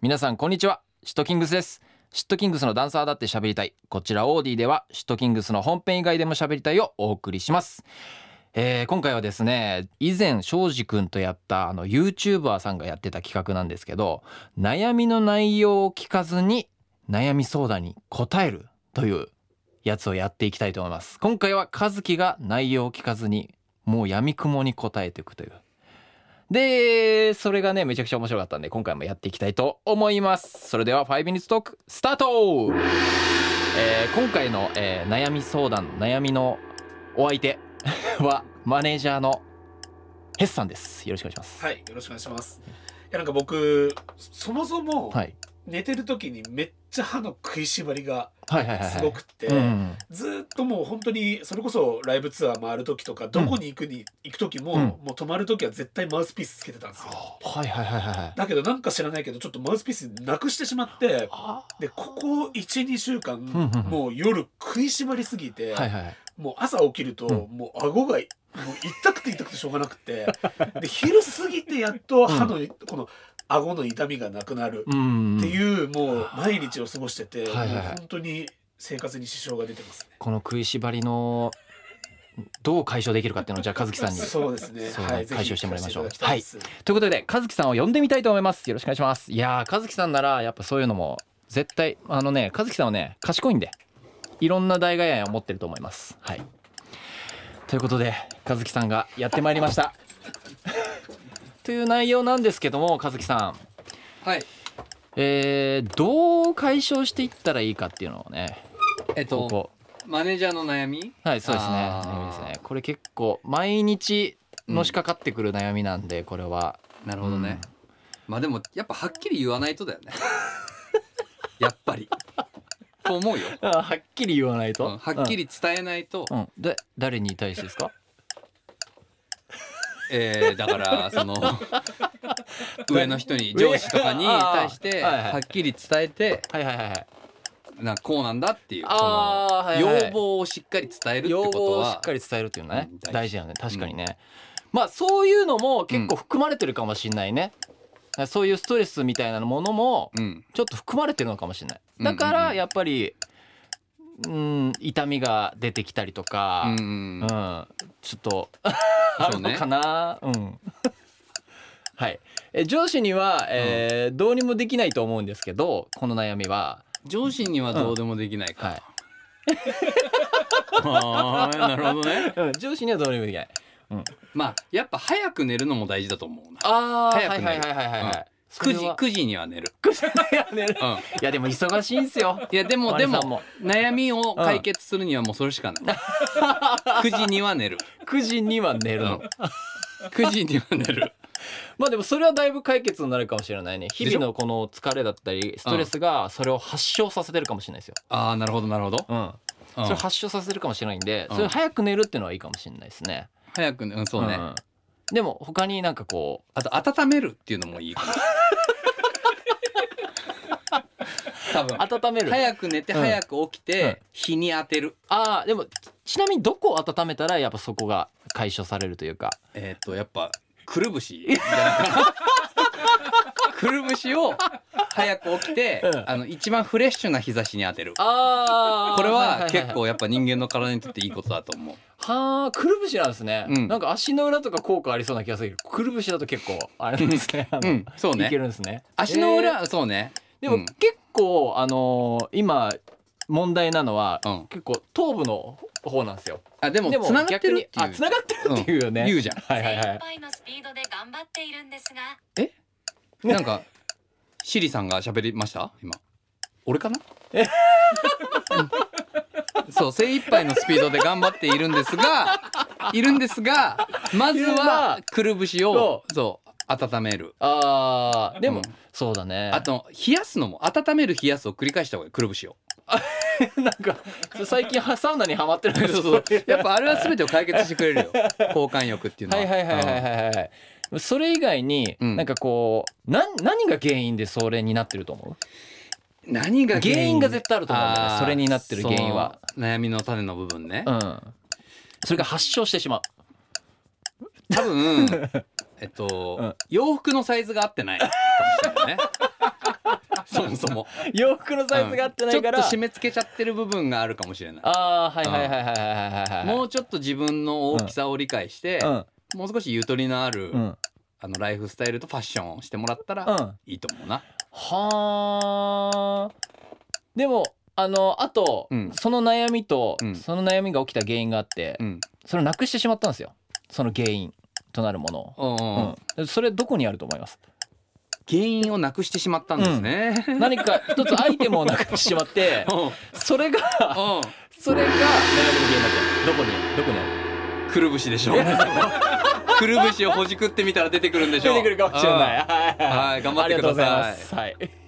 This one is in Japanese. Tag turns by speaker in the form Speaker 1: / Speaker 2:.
Speaker 1: 皆さんこんにちはシットキングスですシットキングスのダンサーだって喋りたいこちらオーディではシットキングスの本編以外でも喋りたいをお送りしますえー今回はですね以前庄司くんとやったあの YouTuber さんがやってた企画なんですけど悩みの内容を聞かずに悩み相談に答えるというやつをやっていきたいと思います今回は和樹が内容を聞かずにもうやみくもに答えていくというでそれがねめちゃくちゃ面白かったんで今回もやっていきたいと思いますそれでは5ミニッツトークスタート、えー今回の、えー悩み相談悩みのお相手 はマネージャーのヘスさんですよろしくお願いします
Speaker 2: はい、よろしくお願いします。いや、なんか僕、そもそも
Speaker 1: はい
Speaker 2: 寝てる時にめっちゃ歯の食いしばりが
Speaker 1: はいはいはいはい
Speaker 2: すごくって、
Speaker 1: うん
Speaker 2: ずーっともう本当にそれこそライブツアー回る時とか、どこに行くに、行く時も、
Speaker 1: うん
Speaker 2: もう泊まる時は絶対マウスピースつけてたんですよ。
Speaker 1: はいはいはいはいはい
Speaker 2: だけどなんか知らないけどちょっとマウスピースなくしてしまって
Speaker 1: あ
Speaker 2: でここ12週間、
Speaker 1: うんうん
Speaker 2: もう夜食いしばりすぎて、
Speaker 1: はいはいはい
Speaker 2: もう朝起きると、もう顎がもう痛くて痛くてしょうがな くてで昼過ぎてやっと歯の、この顎の痛みがなくなる
Speaker 1: うん
Speaker 2: っていう、もう毎日を過ごしてて、
Speaker 1: はいはいはい
Speaker 2: もう本当に生活に支障が出てますね。
Speaker 1: この食いしばりのどう解消できるかっていうのをじゃあ和樹さんに
Speaker 2: そうですね。
Speaker 1: そう
Speaker 2: はい、ぜ
Speaker 1: 解
Speaker 2: ひ
Speaker 1: 消してもらいましょう
Speaker 2: 聞かせてただきたです
Speaker 1: ということで和樹さんを呼んでみたいと思いますよろしくお願いしますいやー和樹さんならやっぱそういうのも絶対あのね和樹さんはね賢いんでいろんな大外愛を持ってると思いますはいということで和樹さんがやってまいりました という内容なんですけども和樹さん
Speaker 3: はい。
Speaker 1: えー、どう解消していったらいいかっていうのをね
Speaker 3: えっと
Speaker 1: ここ
Speaker 3: マネージャーの悩み。
Speaker 1: はいそうですね
Speaker 3: あー
Speaker 1: 悩みですねこれ結構毎日のしかかってくる悩みなんで、これは
Speaker 3: なるほどね。まあでもやっぱはっきり言わないとだよ ね。やっぱり。と思うよ。
Speaker 1: はっきり言わない
Speaker 3: うん
Speaker 1: と
Speaker 3: はっきり伝えないと、
Speaker 1: うん、で誰に対してですか
Speaker 3: えーだから その上の人に上司とかに対して
Speaker 1: あーはいはい
Speaker 3: はっきり伝えて
Speaker 1: はいはいはいはい
Speaker 3: なんかこうなんだっていう
Speaker 1: あーはい
Speaker 3: そ
Speaker 1: は
Speaker 3: の
Speaker 1: い
Speaker 3: 要望をしっかり伝えるって
Speaker 1: 要
Speaker 3: こ
Speaker 1: 望
Speaker 3: と
Speaker 1: をしっ
Speaker 3: は
Speaker 1: かり伝えるっていうのはね
Speaker 3: うん大事
Speaker 1: 大事だよね確かにね、まあそういうのも結構
Speaker 3: うん
Speaker 1: 含まれてるかもしんないね、そういうストレスみたいなものも
Speaker 3: うん
Speaker 1: ちょっと含まれてるのかもしれない
Speaker 3: うん
Speaker 1: だか
Speaker 3: うんう
Speaker 1: ら
Speaker 3: ん
Speaker 1: やっぱりうん痛みが出てきたりと
Speaker 3: う
Speaker 1: かう
Speaker 3: ん、
Speaker 1: ん
Speaker 3: うん
Speaker 1: ちょっと あ
Speaker 3: そ
Speaker 1: る
Speaker 3: う
Speaker 1: の
Speaker 3: ね
Speaker 1: かなう,、ん はいえ上司には、えーどうにもできないと思うんですけどこの悩みは
Speaker 3: 上司にはどうでもできない
Speaker 1: はい
Speaker 3: か、 あーなるほどね
Speaker 1: うん上司にはどうにもできない。うん、
Speaker 3: まあやっぱ早く寝るのも大事だと思うな
Speaker 1: あ
Speaker 3: ー
Speaker 1: はいはいはいはいはい、はい
Speaker 3: 9時9時には寝る、
Speaker 1: 時い
Speaker 3: うん、
Speaker 1: やでも忙しいんすよ。
Speaker 3: いやでも
Speaker 1: マリ
Speaker 3: で
Speaker 1: さ
Speaker 3: も
Speaker 1: んも
Speaker 3: 悩みを解決するにはもうそれし かない9時には寝る
Speaker 1: 9時には寝るの。
Speaker 3: 9時には寝る
Speaker 1: まあでもそれはだいぶ解決になるかもしれないね。日
Speaker 3: しょ
Speaker 1: 々のこの疲れだったりストレスがそれを発症させてるかもしれないですよ。
Speaker 3: ああなるほどなるほど、
Speaker 1: うん。
Speaker 3: うん
Speaker 1: それを発症させるかもしれないんで、
Speaker 3: うん
Speaker 1: それ早く寝るっていうのはいいかもしれないですね。
Speaker 3: 早く寝うんそうね、
Speaker 1: んでも他になんかこ
Speaker 3: あと温めるっていうのもい いかも多
Speaker 1: う
Speaker 3: 分
Speaker 1: 温める。
Speaker 3: 早く寝て
Speaker 1: うん
Speaker 3: 早く起きて、
Speaker 1: うん
Speaker 3: 日に当てる
Speaker 1: ああでもちちなみにどこを温めたらやっぱそこが解消されるというか。
Speaker 3: えっ、とやっぱくるぶしじゃないかなくるぶしを早く起きて、
Speaker 1: うん
Speaker 3: あの一番フレッシュな日差しに当てる
Speaker 1: あ
Speaker 3: これは結構やっぱ人間の体にとっていいことだと思う
Speaker 1: はあくるぶしなんですね、
Speaker 3: うん
Speaker 1: なんか足の裏とか効果ありそうな気がするけどくるぶしだと結構あれなんです ねあの
Speaker 3: うんそう
Speaker 1: いけ
Speaker 3: ね
Speaker 1: るんですね
Speaker 3: 足の裏、
Speaker 1: え
Speaker 3: そうね
Speaker 1: ーでも
Speaker 3: うん
Speaker 1: 結構、あのー今問題なのは、
Speaker 3: うん
Speaker 1: 結構頭部の方なんですよ
Speaker 3: あでも
Speaker 1: でも
Speaker 3: つながってるって
Speaker 1: 逆にあ
Speaker 3: いう
Speaker 1: つながってるっていうよね、
Speaker 3: 言うじゃん
Speaker 1: はいはいはい
Speaker 4: 精一杯のスピードで頑張っているんですが
Speaker 3: なんかシリさんが喋りました今俺かな
Speaker 1: え
Speaker 3: うんそう精一杯のスピードで頑張っているんですがいるんですがまずはくるぶしをそう温める
Speaker 1: あーでも、
Speaker 3: うん
Speaker 1: そうだね
Speaker 3: あと冷やすのも温める冷やすを繰り返した方がいいくるぶしを
Speaker 1: なんか最近はサウナにハマってるん
Speaker 3: そう
Speaker 1: です
Speaker 3: そうやっ
Speaker 1: ぱ
Speaker 3: ぱあれは全てを解決してくれるよ交換欲っていうの
Speaker 1: は
Speaker 3: は。
Speaker 1: いはいはいはい
Speaker 3: うん
Speaker 1: はいはいそれ以外に、
Speaker 3: うん
Speaker 1: なんかこうなん何が原因でそれになってると思う
Speaker 3: 何が
Speaker 1: 原因が絶対あると思うんだよね
Speaker 3: あー
Speaker 1: それになってる原因は
Speaker 3: その悩みの種の部分ね、
Speaker 1: うん、それが発症してしまう
Speaker 3: 多分えっと、
Speaker 1: うん
Speaker 3: 洋服のサイズが合ってないかもしれないねそもそも
Speaker 1: 洋服のサイズが合ってないから、
Speaker 3: うんちょっと締め付けちゃってる部分があるかもしれない
Speaker 1: ああはいはいはいはいはいはいはい
Speaker 3: もうちょっと自分の大きさを理解して、
Speaker 1: うん
Speaker 3: もう少しゆとりのある、
Speaker 1: うんうん
Speaker 3: あのライフスタイルとファッションをしてもらったら
Speaker 1: は
Speaker 3: いいと思うな、
Speaker 1: あでもあのあと、
Speaker 3: うん
Speaker 1: その悩みと、
Speaker 3: うん
Speaker 1: その悩みが起きた原因があって、
Speaker 3: うん、
Speaker 1: それをなくしてしまったんですよその原因となるものを、
Speaker 3: うんうんうん
Speaker 1: うんそれどこにあると思います
Speaker 3: 原因をなくしてしまったんですね、
Speaker 1: 何か一つアイテムをなくしてしま って
Speaker 3: うん
Speaker 1: それが
Speaker 3: う
Speaker 1: それが悩みの原因になっちゃうどこにどこにある
Speaker 3: んくるぶしでしょ くるぶしをほじくってみたら出てくるんでしょ
Speaker 1: 出てくるかもしれない
Speaker 3: うん
Speaker 1: はい
Speaker 3: はい頑張っ
Speaker 1: あり
Speaker 3: てください
Speaker 1: がとうございますはい